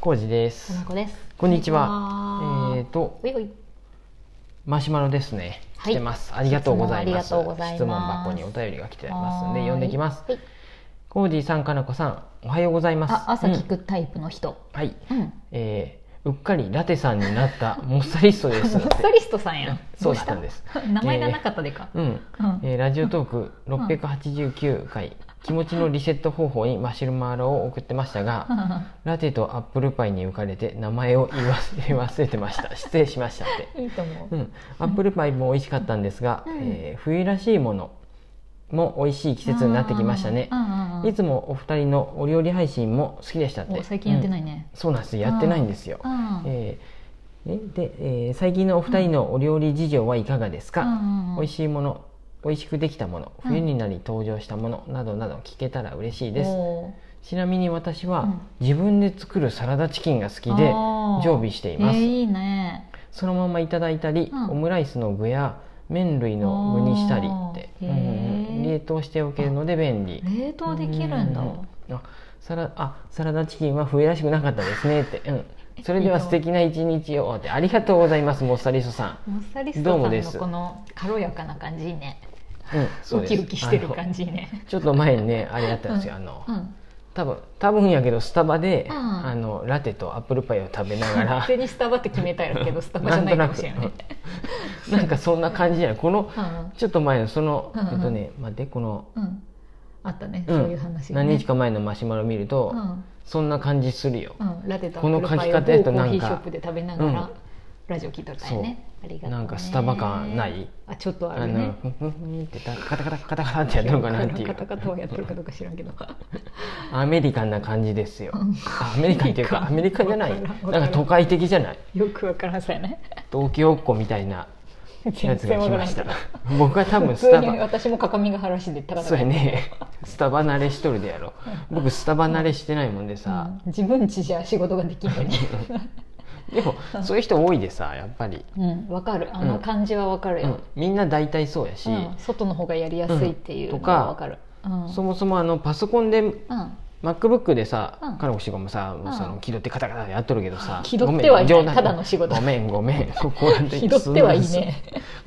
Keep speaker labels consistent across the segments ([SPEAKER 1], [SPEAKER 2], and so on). [SPEAKER 1] コウジで
[SPEAKER 2] か
[SPEAKER 1] す
[SPEAKER 2] な。こです。
[SPEAKER 1] こんにち
[SPEAKER 2] こ
[SPEAKER 1] は。
[SPEAKER 2] ん
[SPEAKER 1] え
[SPEAKER 2] に
[SPEAKER 1] っ、と
[SPEAKER 2] ういい
[SPEAKER 1] マシュマロですね。
[SPEAKER 2] はい
[SPEAKER 1] 来てます。ありがとうございます。
[SPEAKER 2] 質問ありがとうございます
[SPEAKER 1] 質問箱にお便りが来てますんで
[SPEAKER 2] はーい
[SPEAKER 1] 読んできます。
[SPEAKER 2] はい
[SPEAKER 1] コウジさん、かなこさん、おはようございます。
[SPEAKER 2] あ、朝聞
[SPEAKER 1] うん
[SPEAKER 2] くタイプの人。
[SPEAKER 1] はい。
[SPEAKER 2] うん。
[SPEAKER 1] えーうっかりラテさんになったモッサリストで
[SPEAKER 2] モ
[SPEAKER 1] す。
[SPEAKER 2] ッサリストさんやん。
[SPEAKER 1] そうなんです。
[SPEAKER 2] どうした。名前がなかったでか。
[SPEAKER 1] うん。
[SPEAKER 2] うん
[SPEAKER 1] えーラジオトーク689回、気持ちのリセット方法にマシュマロを送ってましたが、ラテとアップルパイに浮かれて名前を言い忘れ忘れてました失礼しましたって
[SPEAKER 2] いいと思う
[SPEAKER 1] う。んアップルパイも美味しかったんですが、
[SPEAKER 2] うん
[SPEAKER 1] えー冬らしいものも美味しい季節になってきましたね
[SPEAKER 2] うんうんうん
[SPEAKER 1] いつもお二人のお料理配信も好きでしたって
[SPEAKER 2] お最近やって
[SPEAKER 1] い、
[SPEAKER 2] ないね
[SPEAKER 1] うん。そうなんですやってないんですよ
[SPEAKER 2] うんうん
[SPEAKER 1] えーえで、えー最近のお二人のお料理事情はいかがですか、
[SPEAKER 2] うんうん
[SPEAKER 1] 美味しいもの美味しくできたもの
[SPEAKER 2] うん
[SPEAKER 1] 冬になり登場したものなどなど聞けたら嬉しいです、
[SPEAKER 2] おー
[SPEAKER 1] ちなみに私
[SPEAKER 2] う
[SPEAKER 1] は
[SPEAKER 2] ん
[SPEAKER 1] 自分で作るサラダチキンが好きで
[SPEAKER 2] あー
[SPEAKER 1] 常備しています、
[SPEAKER 2] えーいいね。
[SPEAKER 1] そのままいただいたり、
[SPEAKER 2] うん
[SPEAKER 1] オムライスの具や麺類の具にしたりって、う
[SPEAKER 2] あー
[SPEAKER 1] んうんうん
[SPEAKER 2] へー
[SPEAKER 1] 冷凍しておけるので便利
[SPEAKER 2] 冷凍できるんだ。
[SPEAKER 1] うんあサラあサラダチキンは冬らしくなかったですねって、うん、それでは素敵な一日をってありがとうございますモッサリストさ
[SPEAKER 2] モッサリス
[SPEAKER 1] どう
[SPEAKER 2] ト
[SPEAKER 1] も
[SPEAKER 2] さん
[SPEAKER 1] で
[SPEAKER 2] の
[SPEAKER 1] す
[SPEAKER 2] この軽やかな感じいいね。
[SPEAKER 1] ん、うん、そう
[SPEAKER 2] ウ
[SPEAKER 1] です
[SPEAKER 2] キウキしてる感じいい
[SPEAKER 1] あ
[SPEAKER 2] ね。
[SPEAKER 1] のちょっと前にねあれやったんですよ、
[SPEAKER 2] う
[SPEAKER 1] あの
[SPEAKER 2] うん。
[SPEAKER 1] 多分多分やけどスタバで、
[SPEAKER 2] うん
[SPEAKER 1] あのラテとアップルパイを食べながら
[SPEAKER 2] 勝手にスタバって決めたやろう けどスタバじゃないかもしれない。
[SPEAKER 1] んとなくなんかそんな感じじゃないこの
[SPEAKER 2] うん
[SPEAKER 1] ちょっと前のその、
[SPEAKER 2] うんうん
[SPEAKER 1] えっとね待ってこの、
[SPEAKER 2] うん、あったね、
[SPEAKER 1] うん
[SPEAKER 2] そういう話がね、
[SPEAKER 1] 何日か前のマシュマロ見ると、
[SPEAKER 2] うん
[SPEAKER 1] そんな感じするよ、
[SPEAKER 2] うん、ラテとア
[SPEAKER 1] この
[SPEAKER 2] ップ
[SPEAKER 1] 書
[SPEAKER 2] ルパ
[SPEAKER 1] き
[SPEAKER 2] イを
[SPEAKER 1] 方やと
[SPEAKER 2] 某コ
[SPEAKER 1] な
[SPEAKER 2] ーヒ
[SPEAKER 1] ん
[SPEAKER 2] ー
[SPEAKER 1] か
[SPEAKER 2] ショップで食べなが
[SPEAKER 1] う
[SPEAKER 2] ら
[SPEAKER 1] ん
[SPEAKER 2] ラジオ聞いとったよねありがとうね
[SPEAKER 1] なんかスタバ感ない
[SPEAKER 2] あちょっとあ
[SPEAKER 1] あ
[SPEAKER 2] る
[SPEAKER 1] の
[SPEAKER 2] ね
[SPEAKER 1] ふんふんふんってたカタカタカタカタってやってるのかなってい
[SPEAKER 2] カタカタ
[SPEAKER 1] う
[SPEAKER 2] はやってるかどうか知らんけど
[SPEAKER 1] アメリカンな感じですよ
[SPEAKER 2] うん
[SPEAKER 1] あアメリカンっていうかア
[SPEAKER 2] ア
[SPEAKER 1] メ
[SPEAKER 2] メ
[SPEAKER 1] リ
[SPEAKER 2] リ
[SPEAKER 1] カ
[SPEAKER 2] カ
[SPEAKER 1] ン
[SPEAKER 2] ン
[SPEAKER 1] じゃない
[SPEAKER 2] わからん
[SPEAKER 1] なんか都会的じゃない
[SPEAKER 2] よくわからんさやね
[SPEAKER 1] 東京っ子みたいな やつが来ました
[SPEAKER 2] 全然わか
[SPEAKER 1] 僕は多
[SPEAKER 2] らん
[SPEAKER 1] 分
[SPEAKER 2] 普
[SPEAKER 1] スタ
[SPEAKER 2] 通に
[SPEAKER 1] バ
[SPEAKER 2] 私も各務原市でたら
[SPEAKER 1] そうやねスタバ慣れしとるでやろ僕スタバ慣れしてないもんでさ、
[SPEAKER 2] 自分家じゃ仕事ができんの に
[SPEAKER 1] でもそういう人多いでさやっぱり、
[SPEAKER 2] うんわかるあの感じはわかる
[SPEAKER 1] う
[SPEAKER 2] よ、
[SPEAKER 1] ん、みんな大体そうやし、
[SPEAKER 2] うん外の方がやりやすいっていうのはわかる、うん
[SPEAKER 1] そもそもあのパソコンで
[SPEAKER 2] うん、
[SPEAKER 1] MacBook でさ、
[SPEAKER 2] うん
[SPEAKER 1] カラオケしごもさ、
[SPEAKER 2] うん
[SPEAKER 1] その気取ってカタカタやっとるけどさ
[SPEAKER 2] 気取ってはいない
[SPEAKER 1] ごめん冗談
[SPEAKER 2] ただの仕事
[SPEAKER 1] ごめんごめ んここなんて
[SPEAKER 2] 気取ってはいね
[SPEAKER 1] すんません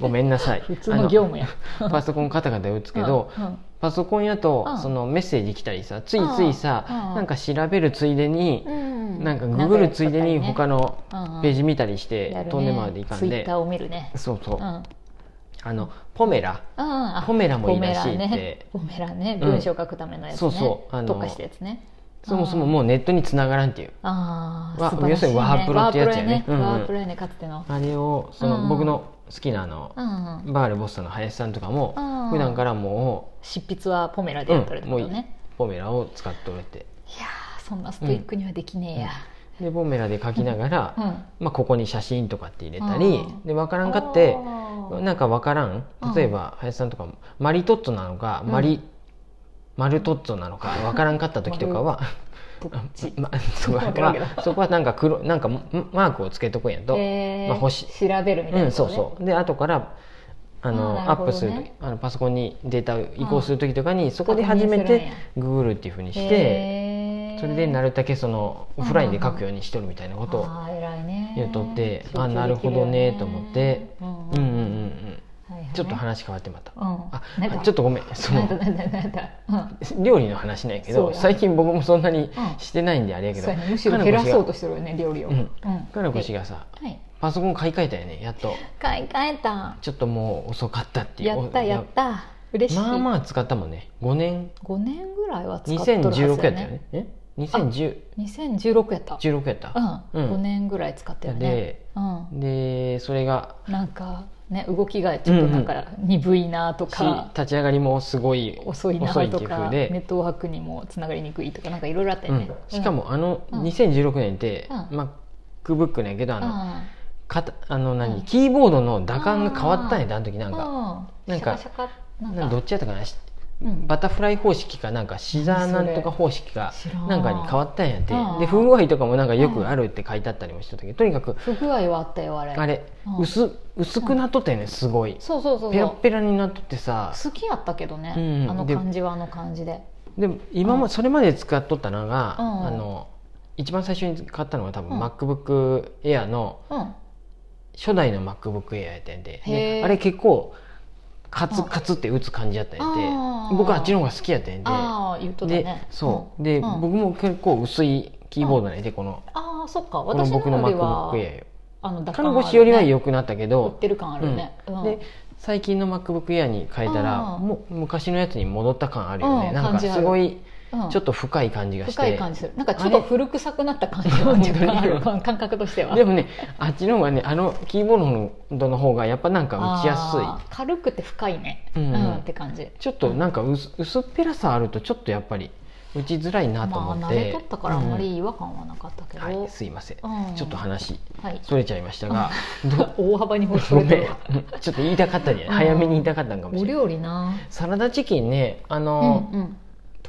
[SPEAKER 1] ごめんなさい
[SPEAKER 2] 普通の業務や
[SPEAKER 1] あのパソコンカタカタ打つけど、
[SPEAKER 2] うんうん
[SPEAKER 1] パソコンやと、
[SPEAKER 2] うん
[SPEAKER 1] そのメッセージ来たりさついついさ、
[SPEAKER 2] うん
[SPEAKER 1] なんか調べるついでに、なんかググ
[SPEAKER 2] グ
[SPEAKER 1] るついでに他のページ見たりして、
[SPEAKER 2] やるね
[SPEAKER 1] 飛んでまでいかん
[SPEAKER 2] ツイ
[SPEAKER 1] で、
[SPEAKER 2] ッターを見るね
[SPEAKER 1] そうそう、
[SPEAKER 2] うんうん
[SPEAKER 1] あのポメラ
[SPEAKER 2] あ
[SPEAKER 1] ポメラもいいらしいって
[SPEAKER 2] ポメラねポメラね
[SPEAKER 1] うん
[SPEAKER 2] 文章書くためのやつね
[SPEAKER 1] そうそうあの
[SPEAKER 2] 特化したやつね
[SPEAKER 1] そもそももうネットに繋がらんっていう
[SPEAKER 2] あ
[SPEAKER 1] わ
[SPEAKER 2] あ素晴らしいね
[SPEAKER 1] 要するにワープロってやつやね
[SPEAKER 2] ワープロ
[SPEAKER 1] うんうん
[SPEAKER 2] ワープロやねかつての
[SPEAKER 1] あれをその、
[SPEAKER 2] うん
[SPEAKER 1] 僕の好きなあの、
[SPEAKER 2] うんうん
[SPEAKER 1] バールボストの林さんとかも、
[SPEAKER 2] うん
[SPEAKER 1] 普段からも
[SPEAKER 2] 執筆はポメラ
[SPEAKER 1] う、
[SPEAKER 2] で
[SPEAKER 1] う
[SPEAKER 2] やっとるっ
[SPEAKER 1] ん、
[SPEAKER 2] て
[SPEAKER 1] も
[SPEAKER 2] こ
[SPEAKER 1] う
[SPEAKER 2] とね
[SPEAKER 1] ポメラを使っとるって
[SPEAKER 2] いやーそんなストイックにはできねえや
[SPEAKER 1] でポメラで書きながら、
[SPEAKER 2] うん
[SPEAKER 1] まあ、ここに写真とかって入れたり、
[SPEAKER 2] うん
[SPEAKER 1] で分からんかって
[SPEAKER 2] あー
[SPEAKER 1] なんか分からん
[SPEAKER 2] うん
[SPEAKER 1] 例えば林さんとかもマリトッツォなのかマリ、マルトッツォなのか分からんかった時とか は。
[SPEAKER 2] プッチ
[SPEAKER 1] まあ、そこは
[SPEAKER 2] わからんけど
[SPEAKER 1] まあそこはなんか黒なんかんマークをつけとくんやと、
[SPEAKER 2] へー
[SPEAKER 1] まあ、星
[SPEAKER 2] 調べるみたいな
[SPEAKER 1] うん、
[SPEAKER 2] こ
[SPEAKER 1] そ
[SPEAKER 2] とね
[SPEAKER 1] うそうで後からあの
[SPEAKER 2] あーな
[SPEAKER 1] ア
[SPEAKER 2] る
[SPEAKER 1] ッ
[SPEAKER 2] ほ
[SPEAKER 1] プ
[SPEAKER 2] どね
[SPEAKER 1] する時あのパソコンにデータを移行する時とかにそこで初め
[SPEAKER 2] 確認するん
[SPEAKER 1] て
[SPEAKER 2] や
[SPEAKER 1] ググるっていうふうにして
[SPEAKER 2] へー
[SPEAKER 1] それでなるだけそのオフラインで書くようにしとるみたいなことを
[SPEAKER 2] あー偉いね
[SPEAKER 1] 言うとって
[SPEAKER 2] 集中でき
[SPEAKER 1] あ
[SPEAKER 2] よね
[SPEAKER 1] なるほどねと思って
[SPEAKER 2] うん
[SPEAKER 1] うんうんうんうん
[SPEAKER 2] はいはい
[SPEAKER 1] ちょっと話変わってまた
[SPEAKER 2] うん
[SPEAKER 1] あ
[SPEAKER 2] なんか
[SPEAKER 1] ちょっとごめんそ
[SPEAKER 2] なん
[SPEAKER 1] の
[SPEAKER 2] だなんだなんだうん
[SPEAKER 1] 料理の話なんやけ
[SPEAKER 2] そう
[SPEAKER 1] ど
[SPEAKER 2] や
[SPEAKER 1] 最近僕もそんなに
[SPEAKER 2] うん
[SPEAKER 1] してないんであれやけ
[SPEAKER 2] そう
[SPEAKER 1] ど
[SPEAKER 2] やねむしろ減らそうと
[SPEAKER 1] し
[SPEAKER 2] してるよね料理を
[SPEAKER 1] うんかなこ氏
[SPEAKER 2] が
[SPEAKER 1] がさ
[SPEAKER 2] はい
[SPEAKER 1] パソコン買い替えたよねやっと
[SPEAKER 2] 買い替えた
[SPEAKER 1] ちょっともう遅かったっていう
[SPEAKER 2] やったやった嬉しい
[SPEAKER 1] まあまあ使ったもんね5年
[SPEAKER 2] 5年ぐらいは使っとるはず
[SPEAKER 1] 2016やった
[SPEAKER 2] や
[SPEAKER 1] よ
[SPEAKER 2] ね
[SPEAKER 1] ねえ2016
[SPEAKER 2] 2016やっ
[SPEAKER 1] や
[SPEAKER 2] た
[SPEAKER 1] った、
[SPEAKER 2] うん
[SPEAKER 1] うん
[SPEAKER 2] 5年ぐらい使ったよね
[SPEAKER 1] で
[SPEAKER 2] うん
[SPEAKER 1] でそれが
[SPEAKER 2] なんかね動きがちょっとなんか鈍いなと
[SPEAKER 1] し
[SPEAKER 2] か
[SPEAKER 1] 立ち上がりもすごい
[SPEAKER 2] 遅いな
[SPEAKER 1] 遅いって
[SPEAKER 2] と
[SPEAKER 1] いう風
[SPEAKER 2] か
[SPEAKER 1] で
[SPEAKER 2] ネットワークにもつながりにくいとかなんかいろいろあったよね、
[SPEAKER 1] うんしかもあの
[SPEAKER 2] うん
[SPEAKER 1] 2016年って、
[SPEAKER 2] うん
[SPEAKER 1] まあ MacBook なんやけどあ
[SPEAKER 2] うん
[SPEAKER 1] の
[SPEAKER 2] あ
[SPEAKER 1] かたあの何、
[SPEAKER 2] うん
[SPEAKER 1] キーボードの打感が変わったんやであの時なんか
[SPEAKER 2] か
[SPEAKER 1] なんか
[SPEAKER 2] シャカシャカなんか
[SPEAKER 1] なんかどっちやったかなし
[SPEAKER 2] うん
[SPEAKER 1] バタフライ方式かなんかシザーなんとか方式か
[SPEAKER 2] それ知らん
[SPEAKER 1] なんかに変わったんやって
[SPEAKER 2] うん
[SPEAKER 1] で不具合とかもなんかよくあるって書いてあったりもしてたけどとにかく
[SPEAKER 2] 不具合はあったよあれ
[SPEAKER 1] あれ
[SPEAKER 2] うん
[SPEAKER 1] 薄薄くなっとったよねすごい
[SPEAKER 2] そうそうそう
[SPEAKER 1] ペ
[SPEAKER 2] そ
[SPEAKER 1] ラ
[SPEAKER 2] う
[SPEAKER 1] ペラになっとってさ
[SPEAKER 2] 好きやったけどね、
[SPEAKER 1] うん
[SPEAKER 2] あの感じはあの感じで
[SPEAKER 1] でも今
[SPEAKER 2] う
[SPEAKER 1] も
[SPEAKER 2] ん
[SPEAKER 1] それまで使っとったのが、
[SPEAKER 2] うん
[SPEAKER 1] あの一番最初に買ったのは多分、
[SPEAKER 2] うん
[SPEAKER 1] MacBook Air の
[SPEAKER 2] うん
[SPEAKER 1] 初代の MacBook Air やったんやて
[SPEAKER 2] へ
[SPEAKER 1] で
[SPEAKER 2] ー
[SPEAKER 1] あれ結構カツ
[SPEAKER 2] うん
[SPEAKER 1] カツって打つ感じやったんや
[SPEAKER 2] あ
[SPEAKER 1] て
[SPEAKER 2] ー
[SPEAKER 1] 僕はあっちの方が好きやったんやて
[SPEAKER 2] ああ言っとった
[SPEAKER 1] で、
[SPEAKER 2] ね
[SPEAKER 1] そう、
[SPEAKER 2] ん
[SPEAKER 1] で、
[SPEAKER 2] うん
[SPEAKER 1] 僕も結構薄いキーボードなんでこの
[SPEAKER 2] ああそっか
[SPEAKER 1] この
[SPEAKER 2] 私の
[SPEAKER 1] 僕の
[SPEAKER 2] よりは
[SPEAKER 1] MacBook Air よ
[SPEAKER 2] あの
[SPEAKER 1] 看護師よりは
[SPEAKER 2] よ
[SPEAKER 1] 良くなったけ
[SPEAKER 2] 売っ
[SPEAKER 1] ど、
[SPEAKER 2] てる感あるよねうん
[SPEAKER 1] で最近の MacBook Air に変えたら
[SPEAKER 2] あー
[SPEAKER 1] もう昔のやつに戻った感あるよね、
[SPEAKER 2] うん
[SPEAKER 1] なんか
[SPEAKER 2] 感じある
[SPEAKER 1] すごい
[SPEAKER 2] うん
[SPEAKER 1] ちょっと深い感じがして、
[SPEAKER 2] 深い感じするなんかちょっと古臭くなった感じは
[SPEAKER 1] あれ
[SPEAKER 2] 若干あ る
[SPEAKER 1] 本
[SPEAKER 2] 感覚としては
[SPEAKER 1] でもねあっちの方がねあのキーボードの方がやっぱなんか打ちやす
[SPEAKER 2] あー軽くて深いね
[SPEAKER 1] う
[SPEAKER 2] うんん、って感じ
[SPEAKER 1] いちょっとなんか薄薄っぺらさあるとちょっとやっぱり打ちづらいなと
[SPEAKER 2] ま
[SPEAKER 1] 思
[SPEAKER 2] あ
[SPEAKER 1] っ
[SPEAKER 2] 慣
[SPEAKER 1] て、
[SPEAKER 2] れとったからあんまり違和感はなかったけ
[SPEAKER 1] うん
[SPEAKER 2] ど、
[SPEAKER 1] はいすいません、
[SPEAKER 2] うん
[SPEAKER 1] ちょっと話
[SPEAKER 2] はい
[SPEAKER 1] それちゃいましたが、ど
[SPEAKER 2] 大幅に 放
[SPEAKER 1] ご
[SPEAKER 2] 送
[SPEAKER 1] めん
[SPEAKER 2] で
[SPEAKER 1] ちょっと言いたかったね、
[SPEAKER 2] うん
[SPEAKER 1] 早めに言いたかったんかも
[SPEAKER 2] お
[SPEAKER 1] しれない
[SPEAKER 2] 料理な
[SPEAKER 1] サラダチキンねあ
[SPEAKER 2] うん
[SPEAKER 1] の、
[SPEAKER 2] うん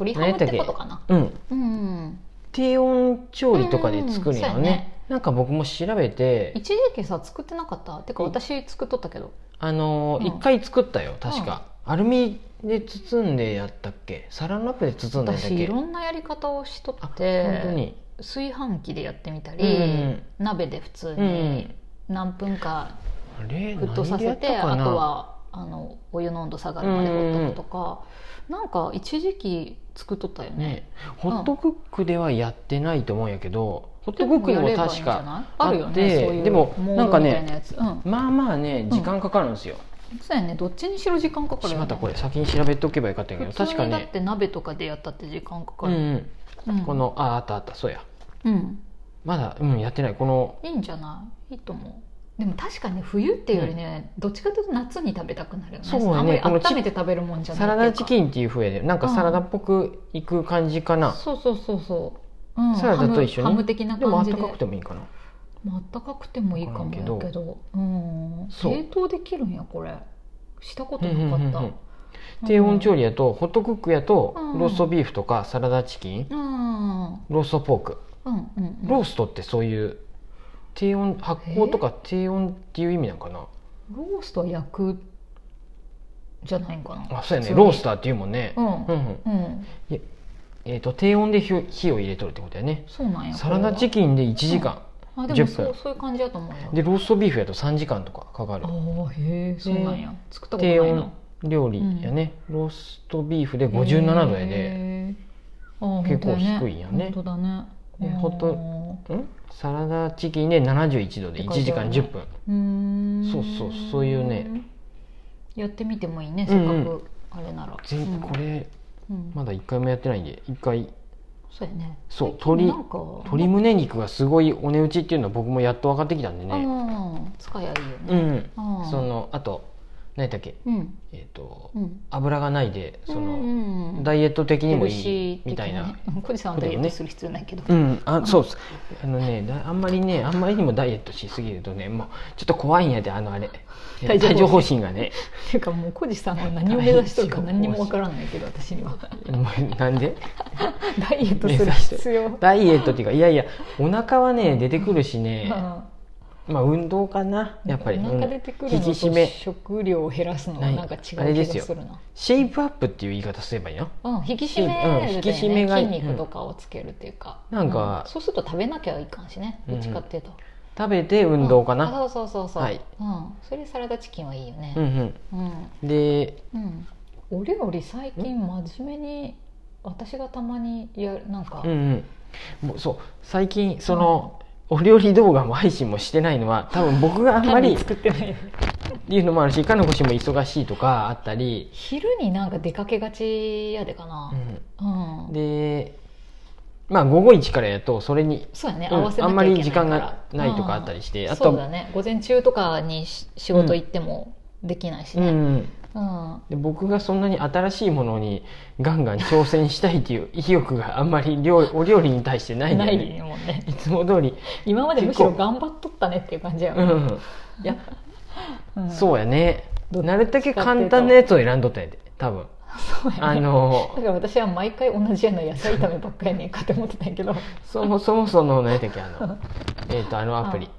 [SPEAKER 2] 鶏ハムってことかな
[SPEAKER 1] うん
[SPEAKER 2] うん
[SPEAKER 1] 低温調理とかで作るよね,、
[SPEAKER 2] うんそうやね
[SPEAKER 1] なんか僕も調べて
[SPEAKER 2] 一時期さ作ってなかったてか私作っとったけど
[SPEAKER 1] あの
[SPEAKER 2] うん
[SPEAKER 1] 一、回作ったよ確か、アルミで包んでやったっけサランラップで包んだんだっ
[SPEAKER 2] 私い
[SPEAKER 1] け
[SPEAKER 2] ろんなやり方をしと
[SPEAKER 1] あ
[SPEAKER 2] って
[SPEAKER 1] 本当に、
[SPEAKER 2] 炊飯器でやってみたり、
[SPEAKER 1] うん
[SPEAKER 2] 鍋で普通
[SPEAKER 1] うん
[SPEAKER 2] に何分か
[SPEAKER 1] あれ
[SPEAKER 2] 沸騰させて、
[SPEAKER 1] 何でやったか
[SPEAKER 2] あ
[SPEAKER 1] な
[SPEAKER 2] とはあのお湯の温度下がるまでほっとくとか、なんか一時期作っとったよね
[SPEAKER 1] ねホットクックではやってないと思うんやけど、ホットクックにも確か
[SPEAKER 2] あるよ
[SPEAKER 1] あっ
[SPEAKER 2] ね
[SPEAKER 1] て
[SPEAKER 2] そういう
[SPEAKER 1] でも
[SPEAKER 2] モード
[SPEAKER 1] なんかね
[SPEAKER 2] みたいなやつうん
[SPEAKER 1] まあまあね時間かかるんですよ、
[SPEAKER 2] そうやねどっちにしろ時間かかる
[SPEAKER 1] し
[SPEAKER 2] よ
[SPEAKER 1] まっ
[SPEAKER 2] ね
[SPEAKER 1] たこれ先に調べておけばよかったんやけど
[SPEAKER 2] 普
[SPEAKER 1] 確
[SPEAKER 2] 通
[SPEAKER 1] か
[SPEAKER 2] にだっ
[SPEAKER 1] ね
[SPEAKER 2] て鍋とかでやったって時間かか
[SPEAKER 1] うん、
[SPEAKER 2] る、うん
[SPEAKER 1] このああったあったそうや
[SPEAKER 2] うん
[SPEAKER 1] まだうんやってないこの
[SPEAKER 2] いいんじゃないいいと思うでも確かに冬っていうよりね、どっちかというと夏に食べたくなるよね
[SPEAKER 1] そうやね
[SPEAKER 2] あんまり
[SPEAKER 1] このチ
[SPEAKER 2] 温めて食べるもんじゃない
[SPEAKER 1] サラダチ
[SPEAKER 2] ン
[SPEAKER 1] キンっていうふうやでなんかサラダっぽくいく感じかな、
[SPEAKER 2] そうそうそうそう、うん
[SPEAKER 1] サラダと一緒に
[SPEAKER 2] ハムハム的な
[SPEAKER 1] でもあ
[SPEAKER 2] 感
[SPEAKER 1] っ
[SPEAKER 2] じ
[SPEAKER 1] た
[SPEAKER 2] で
[SPEAKER 1] かくてもいいかな
[SPEAKER 2] まああったかくてもいいかもやけど
[SPEAKER 1] わからんけ
[SPEAKER 2] うん、
[SPEAKER 1] そう
[SPEAKER 2] 冷凍できるんやこれしたことなかった、
[SPEAKER 1] うんうんうんうん低温調
[SPEAKER 2] 理
[SPEAKER 1] 理やとホットクックやと
[SPEAKER 2] うん
[SPEAKER 1] ローストビーフとかサラダチキン
[SPEAKER 2] うんうん
[SPEAKER 1] ローストポーク
[SPEAKER 2] うん
[SPEAKER 1] ロ
[SPEAKER 2] ロ
[SPEAKER 1] ーストってそういう低温発酵とか低温っていう意味なんかな
[SPEAKER 2] ーストは焼くじゃないんかな
[SPEAKER 1] あそうやね
[SPEAKER 2] 普通に
[SPEAKER 1] ロースターっていうもんね
[SPEAKER 2] う
[SPEAKER 1] うん
[SPEAKER 2] ん
[SPEAKER 1] うん
[SPEAKER 2] うん
[SPEAKER 1] えーと低温で火を火を入れとるってことやね
[SPEAKER 2] そうなんや
[SPEAKER 1] サラダチ
[SPEAKER 2] キ
[SPEAKER 1] キンで1時間
[SPEAKER 2] あで
[SPEAKER 1] 10
[SPEAKER 2] も
[SPEAKER 1] 分
[SPEAKER 2] そうそういう感じだと思うよ
[SPEAKER 1] でローストビーフやと3時間とかかかる
[SPEAKER 2] ああへえそうなんや作ったことな
[SPEAKER 1] 低
[SPEAKER 2] い
[SPEAKER 1] 温
[SPEAKER 2] な
[SPEAKER 1] 料理やねローストビーフで57度やで
[SPEAKER 2] へーあー
[SPEAKER 1] 結構低いやね
[SPEAKER 2] 本当だね
[SPEAKER 1] ねほんと
[SPEAKER 2] あー
[SPEAKER 1] んサラダチキンで71度で1時間10分
[SPEAKER 2] うーん
[SPEAKER 1] そうそうそういうね
[SPEAKER 2] やってみてもいいね
[SPEAKER 1] う
[SPEAKER 2] せ
[SPEAKER 1] ん
[SPEAKER 2] っ
[SPEAKER 1] うん
[SPEAKER 2] かくあれなら、
[SPEAKER 1] 全
[SPEAKER 2] うん
[SPEAKER 1] これ
[SPEAKER 2] うん
[SPEAKER 1] まだ1回もやってないんで1回
[SPEAKER 2] そうやね
[SPEAKER 1] そう
[SPEAKER 2] 最近
[SPEAKER 1] 鶏
[SPEAKER 2] なんか
[SPEAKER 1] 鶏胸肉がすごいお値打ちっていうのは僕もやっと分かってきたんでね
[SPEAKER 2] うん使いやいいよ
[SPEAKER 1] う
[SPEAKER 2] ね、
[SPEAKER 1] ん
[SPEAKER 2] うん
[SPEAKER 1] そのあと何やったっけ
[SPEAKER 2] うん
[SPEAKER 1] えっ、と
[SPEAKER 2] うん
[SPEAKER 1] 油がないでその、
[SPEAKER 2] うん
[SPEAKER 1] ダイエット的にも
[SPEAKER 2] ヘル
[SPEAKER 1] い
[SPEAKER 2] シー
[SPEAKER 1] い
[SPEAKER 2] 的
[SPEAKER 1] みたいな、
[SPEAKER 2] ねうん 小路さんはダイエットする必要ないけど、
[SPEAKER 1] うんあそうですあのねだあんまりねあんまりにもダイエットしすぎるとねもうちょっと怖いんやであのあれ
[SPEAKER 2] 帯状疱疹
[SPEAKER 1] 体調方針がね
[SPEAKER 2] っていうかもう小路さんは何を目指しとるか何にもわからないけど 私には
[SPEAKER 1] もうなんで
[SPEAKER 2] ダイエットする必要
[SPEAKER 1] ダイエットっていうかいやいやお腹はね出てくるしね、
[SPEAKER 2] うん
[SPEAKER 1] まあ運動かなやっぱり
[SPEAKER 2] お
[SPEAKER 1] う
[SPEAKER 2] 腹
[SPEAKER 1] ん
[SPEAKER 2] 出てくる
[SPEAKER 1] 引
[SPEAKER 2] の
[SPEAKER 1] き
[SPEAKER 2] と
[SPEAKER 1] 締め
[SPEAKER 2] 食量を減らすのはなんか違う気
[SPEAKER 1] あれで
[SPEAKER 2] が
[SPEAKER 1] すよ
[SPEAKER 2] するな
[SPEAKER 1] シェイプアップっていう言い方すればいいな
[SPEAKER 2] うん、引き締める、ね
[SPEAKER 1] うん引き締めが
[SPEAKER 2] 筋肉とかをつけるっていうか、
[SPEAKER 1] うんなんか
[SPEAKER 2] うそうすると食べなきゃいかんしね
[SPEAKER 1] うん
[SPEAKER 2] どっちかっていうと、
[SPEAKER 1] 食べて運動か
[SPEAKER 2] うん
[SPEAKER 1] な
[SPEAKER 2] あそうそうそうそう、
[SPEAKER 1] はい
[SPEAKER 2] うん、それでサラダチキンはいいよね
[SPEAKER 1] うんうん
[SPEAKER 2] うん、
[SPEAKER 1] で
[SPEAKER 2] うんお料理最近真面目に私がたまにやるなんか、
[SPEAKER 1] うんうん、もうそう最近その、お料理動画も配信もしてないのは多分僕があんまりっ
[SPEAKER 2] 作ってないよね
[SPEAKER 1] ていうのもあるしかのこしも忙しいとかあったり、
[SPEAKER 2] 昼になんか出かけがちやでかな
[SPEAKER 1] う
[SPEAKER 2] うん、
[SPEAKER 1] ん、でまあ午後1からやとそれに、
[SPEAKER 2] そうやね、
[SPEAKER 1] うん
[SPEAKER 2] 合わせ
[SPEAKER 1] あ
[SPEAKER 2] なきゃいけないから
[SPEAKER 1] んまり時間がないとかあったりして、
[SPEAKER 2] うん
[SPEAKER 1] あと
[SPEAKER 2] そうだね午前中とかにし仕事行ってもできないし
[SPEAKER 1] うんう
[SPEAKER 2] ね、
[SPEAKER 1] ん、
[SPEAKER 2] うん
[SPEAKER 1] で僕がそんなに新しいものにガンガン挑戦したいっていう意欲があんまり料理お料理に対してないんだ
[SPEAKER 2] な
[SPEAKER 1] よ
[SPEAKER 2] い
[SPEAKER 1] ね。
[SPEAKER 2] もんね
[SPEAKER 1] いつも通り、
[SPEAKER 2] 今までむしろ頑張っとったねっていう感じや
[SPEAKER 1] う
[SPEAKER 2] わ、
[SPEAKER 1] ん、いや
[SPEAKER 2] うん
[SPEAKER 1] そうやね
[SPEAKER 2] どっち
[SPEAKER 1] なるだけ簡単なやつを選んどったんやで多分
[SPEAKER 2] そうや
[SPEAKER 1] あ
[SPEAKER 2] ね
[SPEAKER 1] の
[SPEAKER 2] だから私は毎回同じような野菜炒めばっかりねんかって思ってたんやけど
[SPEAKER 1] そもそもその何やったっけあ のえっとあのアプリ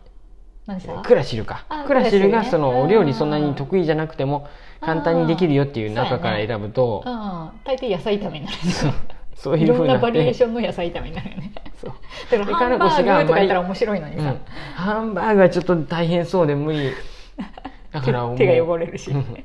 [SPEAKER 2] 何さ
[SPEAKER 1] クラシルか
[SPEAKER 2] あ
[SPEAKER 1] クラシルが
[SPEAKER 2] クラシルね
[SPEAKER 1] そのお料理そんなに得意じゃなくても簡単にできるよっていう中から
[SPEAKER 2] あー
[SPEAKER 1] 選ぶと
[SPEAKER 2] うん大抵野菜炒めになるでしょ
[SPEAKER 1] そうい
[SPEAKER 2] いうろ
[SPEAKER 1] ふうん
[SPEAKER 2] な
[SPEAKER 1] な
[SPEAKER 2] バ
[SPEAKER 1] っ
[SPEAKER 2] リエー
[SPEAKER 1] て
[SPEAKER 2] ションの野菜炒めになる よね
[SPEAKER 1] そう
[SPEAKER 2] だから
[SPEAKER 1] で
[SPEAKER 2] ハ
[SPEAKER 1] カラ
[SPEAKER 2] ンバ
[SPEAKER 1] コシ
[SPEAKER 2] ー
[SPEAKER 1] が
[SPEAKER 2] グとか
[SPEAKER 1] 甘
[SPEAKER 2] や
[SPEAKER 1] い
[SPEAKER 2] ったら面白いのに
[SPEAKER 1] う
[SPEAKER 2] さ
[SPEAKER 1] ん、ハンバーグはちょっと大変そうで無 理だからもう
[SPEAKER 2] 手手が汚れるし
[SPEAKER 1] うん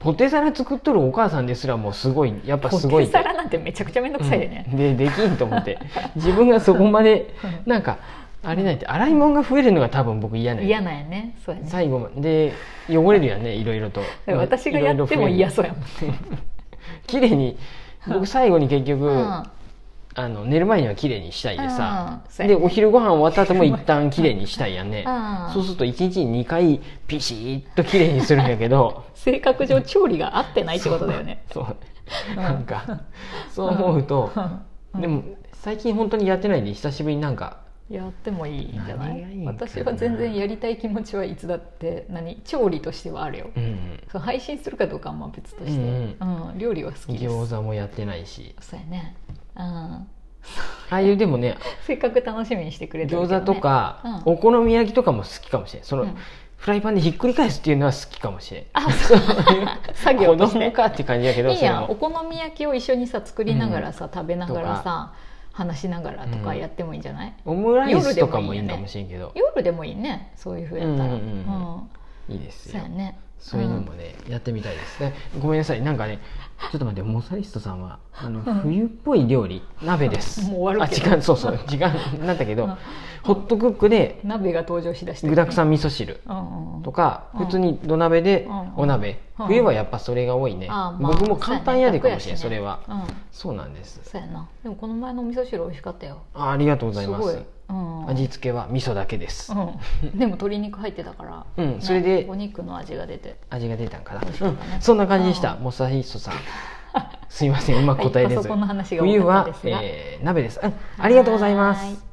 [SPEAKER 1] ポテサラ作っとるお母さんですらもうすごいやっぱ
[SPEAKER 2] ポ
[SPEAKER 1] すごい
[SPEAKER 2] テ
[SPEAKER 1] ね
[SPEAKER 2] サラなんてめちゃくちゃ面倒くさいよね、
[SPEAKER 1] うんでできんと思って自分がそこまでなんかあれなんて洗い物が増えるのが多分僕嫌なんや
[SPEAKER 2] 嫌なんやねそうやね
[SPEAKER 1] 最後までで汚れるやんねいろいろと
[SPEAKER 2] 私がやっても嫌そうやもんね
[SPEAKER 1] 綺麗に僕最後に結局、
[SPEAKER 2] うん
[SPEAKER 1] あの寝る前には綺麗にしたいでさ
[SPEAKER 2] うん、そうや
[SPEAKER 1] で
[SPEAKER 2] ね
[SPEAKER 1] お昼ご飯終わった後も一旦綺麗にしたいやんね、
[SPEAKER 2] うん
[SPEAKER 1] そうすると1日に2回ピシッと綺麗にするんやけど
[SPEAKER 2] 性格上調理が合って ないってことだよね
[SPEAKER 1] そう
[SPEAKER 2] うん
[SPEAKER 1] なんかそう思うと、
[SPEAKER 2] うん
[SPEAKER 1] でも最近本当にやってないんで久しぶりになんか
[SPEAKER 2] やってもいいんじゃない
[SPEAKER 1] 何がいいんかな
[SPEAKER 2] 私は全然やりたい気持ちはいつだって何調理としてはあるよ、
[SPEAKER 1] うん
[SPEAKER 2] そう配信するかどうかはまあ別として、
[SPEAKER 1] うん
[SPEAKER 2] うん料理は好きで
[SPEAKER 1] 餃
[SPEAKER 2] す
[SPEAKER 1] 子もやってないし
[SPEAKER 2] そうやね、うん、
[SPEAKER 1] ああいうでもね
[SPEAKER 2] せっかく楽しみにしてくれてるけど、ね、
[SPEAKER 1] 餃子とか、
[SPEAKER 2] うん
[SPEAKER 1] お好み焼きとかも好きかもしれないその、
[SPEAKER 2] うん
[SPEAKER 1] フライパンでひっくり返すっていうのは好きかもしれな
[SPEAKER 2] あそう作
[SPEAKER 1] い子
[SPEAKER 2] 業とし
[SPEAKER 1] 供
[SPEAKER 2] て
[SPEAKER 1] かって感じだけど
[SPEAKER 2] いい
[SPEAKER 1] それ
[SPEAKER 2] やんお
[SPEAKER 1] も
[SPEAKER 2] 好み焼きを一緒にさ作りながらさ、食べながら
[SPEAKER 1] と
[SPEAKER 2] さ話しながらと
[SPEAKER 1] う
[SPEAKER 2] か
[SPEAKER 1] ん
[SPEAKER 2] やってもいいんじゃない、
[SPEAKER 1] オムライスとかもいいんかもしれんけど
[SPEAKER 2] 夜でもいいねそういうふうやったら、
[SPEAKER 1] うんうんうん
[SPEAKER 2] うん
[SPEAKER 1] いいです
[SPEAKER 2] そう
[SPEAKER 1] よ
[SPEAKER 2] やね
[SPEAKER 1] そういうのもね、やってみたいですねごめんなさいなんかねちょっと待ってモサリストさんはあの、
[SPEAKER 2] うん
[SPEAKER 1] 冬っぽい料理鍋です
[SPEAKER 2] もう終わるけど
[SPEAKER 1] あ時間そうそう時間なんだけど、
[SPEAKER 2] うん
[SPEAKER 1] ホットクックで
[SPEAKER 2] 鍋が登場しだして
[SPEAKER 1] 具だくさ
[SPEAKER 2] ん、
[SPEAKER 1] ん味噌汁
[SPEAKER 2] うんうん、
[SPEAKER 1] とか
[SPEAKER 2] うん
[SPEAKER 1] 普通に土鍋で
[SPEAKER 2] うん
[SPEAKER 1] お鍋、
[SPEAKER 2] うん
[SPEAKER 1] 冬はやっぱそれが多いね、
[SPEAKER 2] あーまあ
[SPEAKER 1] 僕も簡単やでかもしれんそ,、
[SPEAKER 2] そうや
[SPEAKER 1] れ
[SPEAKER 2] ね
[SPEAKER 1] は
[SPEAKER 2] うん
[SPEAKER 1] そうなんです
[SPEAKER 2] そうやなでもこの前のお味噌汁美味しかったよ
[SPEAKER 1] あーありがとうございます
[SPEAKER 2] すごい、うん、
[SPEAKER 1] 味付けは味噌だけです、
[SPEAKER 2] うん、でも鶏肉入ってたから、
[SPEAKER 1] うんそれで
[SPEAKER 2] お肉の味が出て
[SPEAKER 1] 味が出たんかな、
[SPEAKER 2] 美味しかったね
[SPEAKER 1] うんそんな感じでした、
[SPEAKER 2] う
[SPEAKER 1] モサヒストさんすいませんうまく答えれ
[SPEAKER 2] はいパ
[SPEAKER 1] ず
[SPEAKER 2] ソコンの話が多
[SPEAKER 1] 冬
[SPEAKER 2] かった
[SPEAKER 1] は
[SPEAKER 2] で、すが
[SPEAKER 1] えー鍋です、うんありがとうございま
[SPEAKER 2] はーい
[SPEAKER 1] す